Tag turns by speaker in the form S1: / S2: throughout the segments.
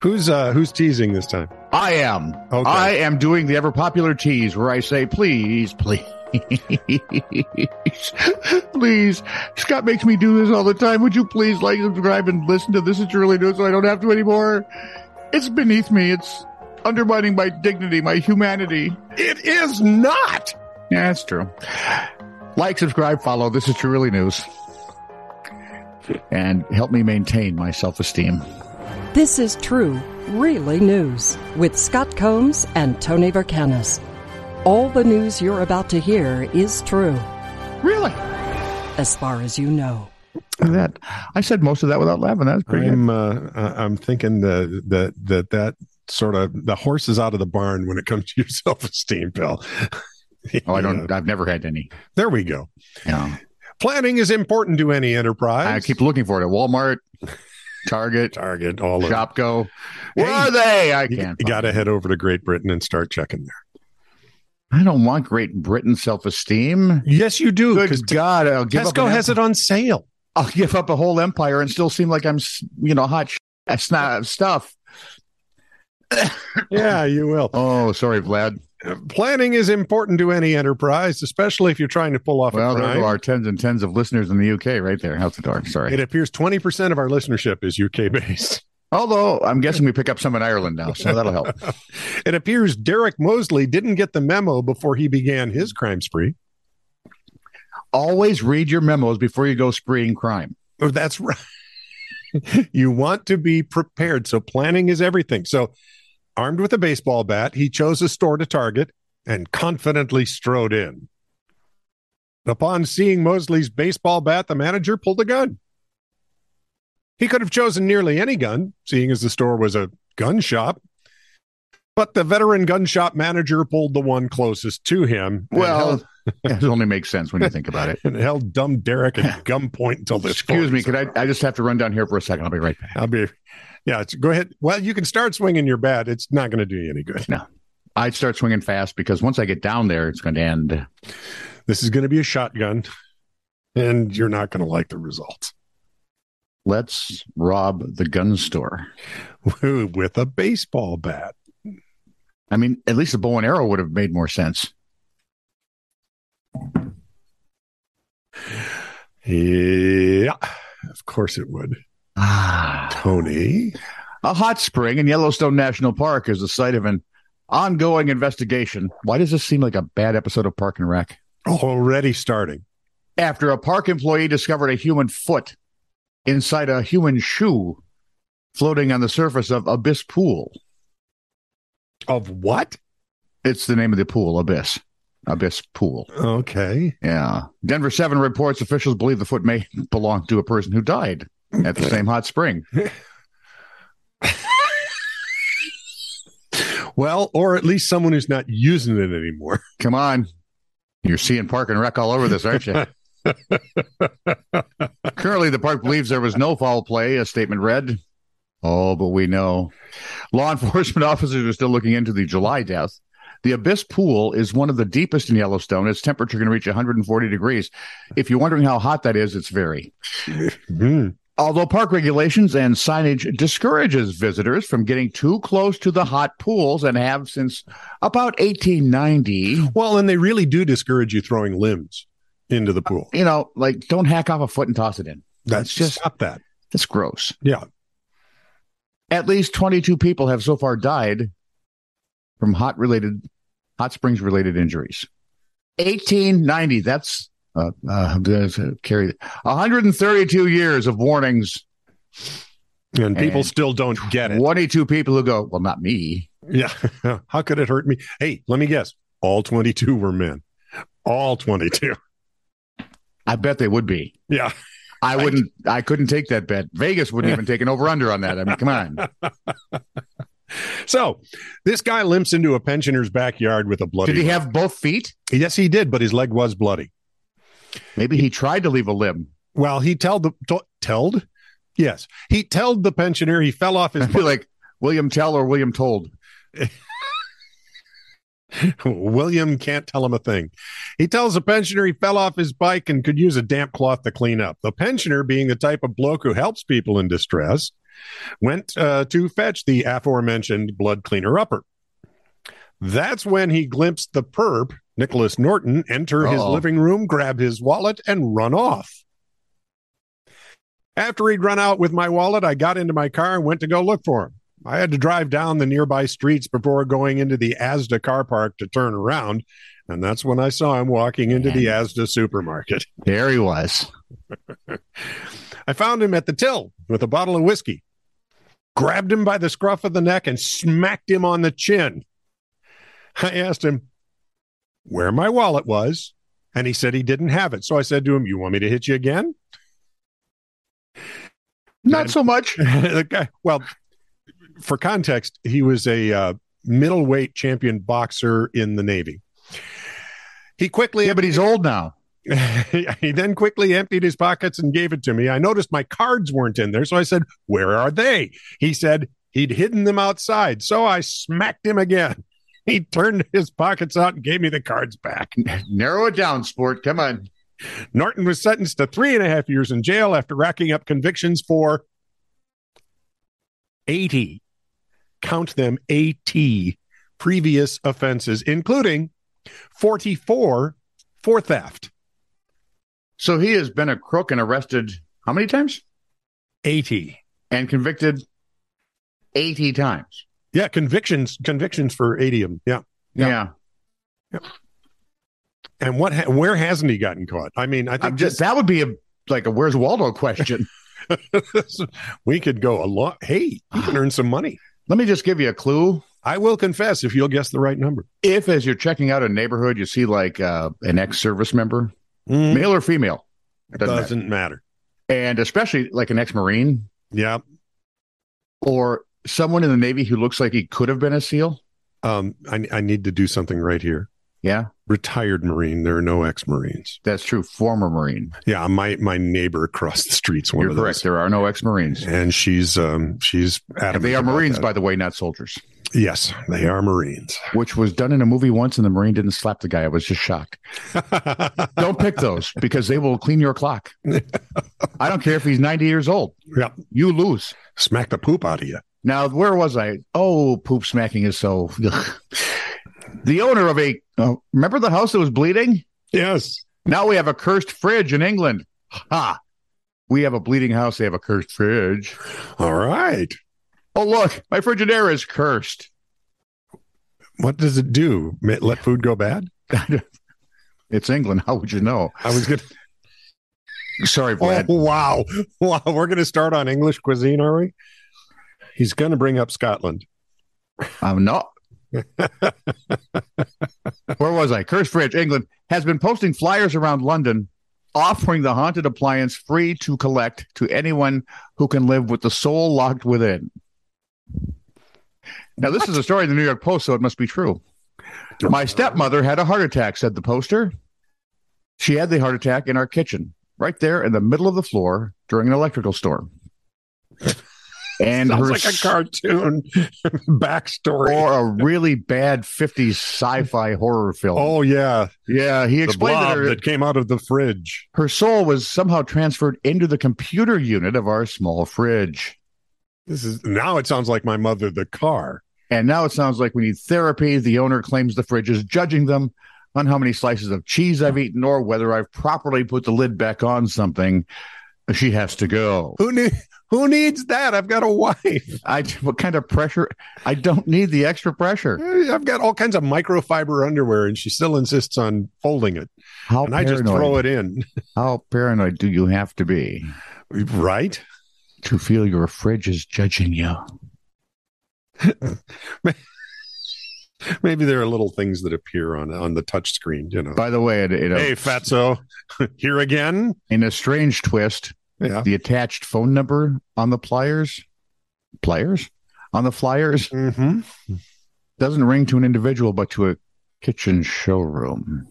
S1: Who's uh who's teasing this time?
S2: I am.
S1: Okay.
S2: I am doing the ever popular tease where I say, please, please, please. Scott makes me do this all the time. Would you please like, subscribe, and listen to this? It's really new, so I don't have to anymore. It's beneath me. It's undermining my dignity, my humanity.
S1: It is not.
S2: Yeah, that's true. Like, subscribe, follow. This is Truly News. And help me maintain my self esteem.
S3: This is true, really news with Scott Combs and Tony Vercanis. All the news you're about to hear is true,
S2: Really?
S3: as far as you know.
S2: That I said most of that without laughing. That was pretty good.
S1: I'm uh, I- I'm thinking the, that that that sort of the horse is out of the barn when it comes to your self esteem, pal.
S2: Oh, I
S1: Yeah.
S2: don't. I've never had any.
S1: There we go.
S2: Yeah.
S1: Planning is important to any enterprise.
S2: I keep looking for it at Walmart, Target,
S1: Target all of
S2: Shopko. Where
S1: Hey,
S2: are they? I
S1: You,
S2: can't.
S1: you
S2: find
S1: got to head over to Great Britain and start checking there.
S2: them. I don't want Great Britain self-esteem.
S1: Yes, you do.
S2: Good
S1: Because
S2: God, I'll give up.
S1: Tesco
S2: an
S1: has
S2: em-
S1: it on sale.
S2: I'll give up a whole empire and still seem like I'm, s- you know, hot sh- sna- stuff.
S1: Yeah, you will.
S2: Oh, sorry, Vlad.
S1: Planning is important to any enterprise, especially if you're trying to pull off
S2: Well,
S1: a
S2: there
S1: crime.
S2: are tens and tens of listeners in the UK right there out the door. Sorry.
S1: It appears 20% of our listenership is UK based.
S2: Although I'm guessing we pick up some in Ireland now, so that'll help.
S1: It appears Derek Mosley didn't get the memo before he began his crime spree.
S2: Always read your memos before you go spreeing crime.
S1: Oh, that's right. you want to be prepared. So planning is everything. So, armed with a baseball bat, he chose a store to target and confidently strode in. Upon seeing Mosley's baseball bat, the manager pulled a gun. He could have chosen nearly any gun, seeing as the store was a gun shop. But the veteran gun shop manager pulled the one closest to him. and held-
S2: Well, it only makes sense when you think about it.
S1: and held dumb Derek at gunpoint until this.
S2: Excuse me,
S1: could
S2: could I? I just have to run down here for a second. I'll be right back.
S1: I'll be. Yeah, it's, go ahead. Well, you can start swinging your bat. It's not going to do you any good.
S2: I start swinging fast because once I get down there, it's going to end.
S1: This is going to be a shotgun, and you're not going to like the results
S2: Let's rob the gun store.
S1: with a baseball bat.
S2: I mean, at least the bow and arrow would have made more sense.
S1: Yeah, of course it would.
S2: Ah.
S1: Tony,
S2: A hot spring in Yellowstone National Park is the site of an ongoing investigation. Why does this seem like a bad episode of Park and Rec?
S1: already starting.
S2: After a park employee discovered a human foot inside a human shoe floating on the surface of Abyss Pool.
S1: Of what?
S2: It's the name of the pool, Abyss. Abyss Pool.
S1: Okay.
S2: Yeah. Denver 7 reports officials believe the foot may belong to a person who died at the same hot spring.
S1: Well, or at least someone who's not using it anymore.
S2: Come on. You're seeing Park and Rec all over this, aren't you? Currently, the park believes there was no foul play, a statement read. Oh, but we know. Law enforcement officers are still looking into the July death. The Abyss Pool is one of the deepest in Yellowstone. Its temperature can reach 140 degrees. If you're wondering how hot that is, it's very.
S1: Hmm.
S2: Although park regulations and signage discourages visitors from getting too close to the hot pools and have since about 1890,
S1: Well, and they really do discourage you throwing limbs into the pool.
S2: you know, like don't hack off a foot and toss it in.
S1: That's
S2: just-
S1: just stop that.
S2: That's gross.
S1: Yeah.
S2: At least 22 people have so far died from hot related hot springs related injuries. 1890, that's uh, uh, there's a carry 132 years of warnings.
S1: And people
S2: And-
S1: still don't get it.
S2: 22 people who go, well, not me.
S1: Yeah. How could it hurt me? Hey, let me guess. All 22 were men. All 22.
S2: I bet they would be.
S1: Yeah.
S2: I
S1: I-
S2: wouldn't. I, couldn't take that bet. Vegas wouldn't even take an over under on that. I mean, come on.
S1: So this guy limps into a pensioner's backyard with a bloody.
S2: Did he have both feet?
S1: yes, he did, but his leg was bloody.
S2: Maybe he tried to leave a limb.
S1: Well, he told the. To, telled? Yes. He told the pensioner he fell off his.
S2: I'd be like William Tell or William Told.
S1: William can't tell him a thing. He tells the pensioner he fell off his bike and could use a damp cloth to clean up. The pensioner, being the type of bloke who helps people in distress, went uh, to fetch the aforementioned blood cleaner upper. That's when he glimpsed the perp, Nicholas Norton, enter his
S2: Uh-oh.
S1: living room, grab his wallet, and run off. After he'd run out with my wallet, I got into my car and went to go look for him. I had to drive down the nearby streets before going into the Asda car park to turn around, and that's when I saw him walking into the Asda supermarket.
S2: There he was.
S1: I found him at the till with a bottle of whiskey, grabbed him by the scruff of the neck, and smacked him on the chin. I asked him where my wallet was, and he said he didn't have it. So I said to him, You want me to hit you again?
S2: Not so much.
S1: the guy, well, for context, he was a uh, middleweight champion boxer in the Navy. He quickly
S2: Yeah, but he's old now.
S1: he then quickly emptied his pockets and gave it to me. I noticed my cards weren't in there, so I said, Where are they? He said he'd hidden them outside, so I smacked him again. He turned his pockets out and gave me the cards back.
S2: Narrow it down, sport. Come on.
S1: Norton was sentenced to three and a half years in jail after racking up convictions for 80, count them 80 previous offenses, including 44 for theft.
S2: So he has been a crook and arrested how many times?
S1: 80.
S2: And convicted 80 times.
S1: Yeah, convictions, convictions for adium. Yeah, Yeah.
S2: Yeah.
S1: and what? Ha- where hasn't he gotten caught? I mean, I
S2: I'm
S1: think
S2: just that would be a like a where's Waldo question.
S1: this, we could go a lot. Hey, you
S2: Ah.
S1: can earn some money.
S2: Let me just give you a clue.
S1: I will confess if you'll guess the right number.
S2: If as you're checking out a neighborhood you see like uh, an ex-service member,
S1: Mm,
S2: male or female, Mm-hmm. doesn't
S1: doesn't,
S2: matter.
S1: matter.
S2: and especially like an ex-marine
S1: Yeah.
S2: or someone in the Navy who looks like he could have been a SEAL.
S1: Um, I, I need to do something right here.
S2: Yeah,
S1: Retired Marine. There are no ex-Marines.
S2: that's true. Former Marine.
S1: Yeah, my my neighbor across the street's one
S2: You're
S1: of
S2: correct.
S1: those,
S2: There are no ex-Marines.
S1: and she's um she's adamant.
S2: They are
S1: about
S2: Marines,
S1: that.
S2: by the way, not soldiers.
S1: yes, they are Marines.
S2: Which was done in a movie once, and the Marine didn't slap the guy. I was just shocked. Don't pick those because they will clean your clock. I don't care if he's 90 years old.
S1: Yep.
S2: You lose.
S1: Smack the poop out of you.
S2: Now, where was I? Oh, poop smacking is so. ugh. The owner of a. oh, remember the house that was bleeding?
S1: Yes.
S2: Now we have a cursed fridge in England. Ha! We have a bleeding house. They have a cursed fridge.
S1: All right.
S2: Oh, look, my Frigidaire is cursed.
S1: What does it do? Ma- Let food go bad?
S2: It's England. How would you know?
S1: I was gonna.
S2: Sorry,
S1: Oh
S2: Vlad.
S1: wow, wow! We're gonna start on English cuisine, are we? He's gonna bring up Scotland.
S2: I'm not. Where was I? Cursed Fridge, England, has been posting flyers around London offering the haunted appliance free to collect to anyone who can live with the soul locked within. Now, this is a story in the New York Post, so it must be true. My stepmother had a heart attack, said the poster. She had the heart attack in our kitchen, right there in the middle of the floor during an electrical storm. And
S1: Sounds
S2: her
S1: like a cartoon backstory.
S2: or a really bad 50s sci-fi horror film.
S1: oh yeah,
S2: yeah, he
S1: the
S2: explained that
S1: blob
S2: her,
S1: that came out of the fridge.
S2: her soul was somehow transferred into the computer unit of our small fridge.
S1: This is now. It sounds like my mother, the car.
S2: And now it sounds like we need therapy. The owner claims the fridge is judging them on how many slices of cheese I've eaten or whether I've properly put the lid back on something. She has to go.
S1: Who need, Who needs that? I've got a wife.
S2: I what kind of pressure? I don't need the extra pressure.
S1: I've got all kinds of microfiber underwear, and she still insists on folding it.
S2: How
S1: and I
S2: paranoid?
S1: just throw it in.
S2: How paranoid do you have to be
S1: Right?
S2: to feel your fridge is judging you?
S1: Maybe there are little things that appear on on the touch screen. You know.
S2: By the way, in, in, a,
S1: Hey, Fatso, here again.
S2: in a strange twist,
S1: Yeah.
S2: the attached phone number on the pliers, pliers on the flyers
S1: Mm-hmm.
S2: doesn't ring to an individual, but to a kitchen showroom.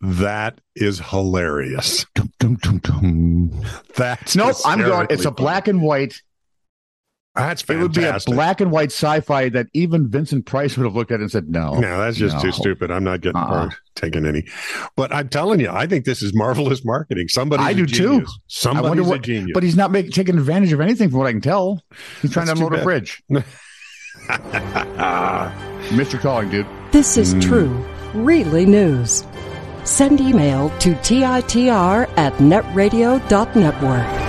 S1: That is hilarious.
S2: Dum, dum, dum, dum.
S1: That's
S2: Nope, I'm going. It's
S1: hysterically
S2: a black and white.
S1: That's
S2: It would
S1: fantastic.
S2: be a black and white sci-fi that even Vincent Price would have looked at and said, "No,
S1: No, that's just
S2: no.
S1: too stupid. I'm not getting
S2: Uh-uh.
S1: or taking any. But I'm telling you, I think this is marvelous marketing. Somebody,
S2: I do too. I
S1: Somebody's
S2: wonder
S1: a
S2: what-
S1: genius.
S2: But he's not make, taking advantage of anything, from what I can tell. He's trying
S1: That's too
S2: to unload a
S1: bad.
S2: bridge.
S1: Ah,
S2: Mr. Calling, dude.
S3: This is
S1: Mm.
S3: true, really news. Send email to TITR at netradio.network.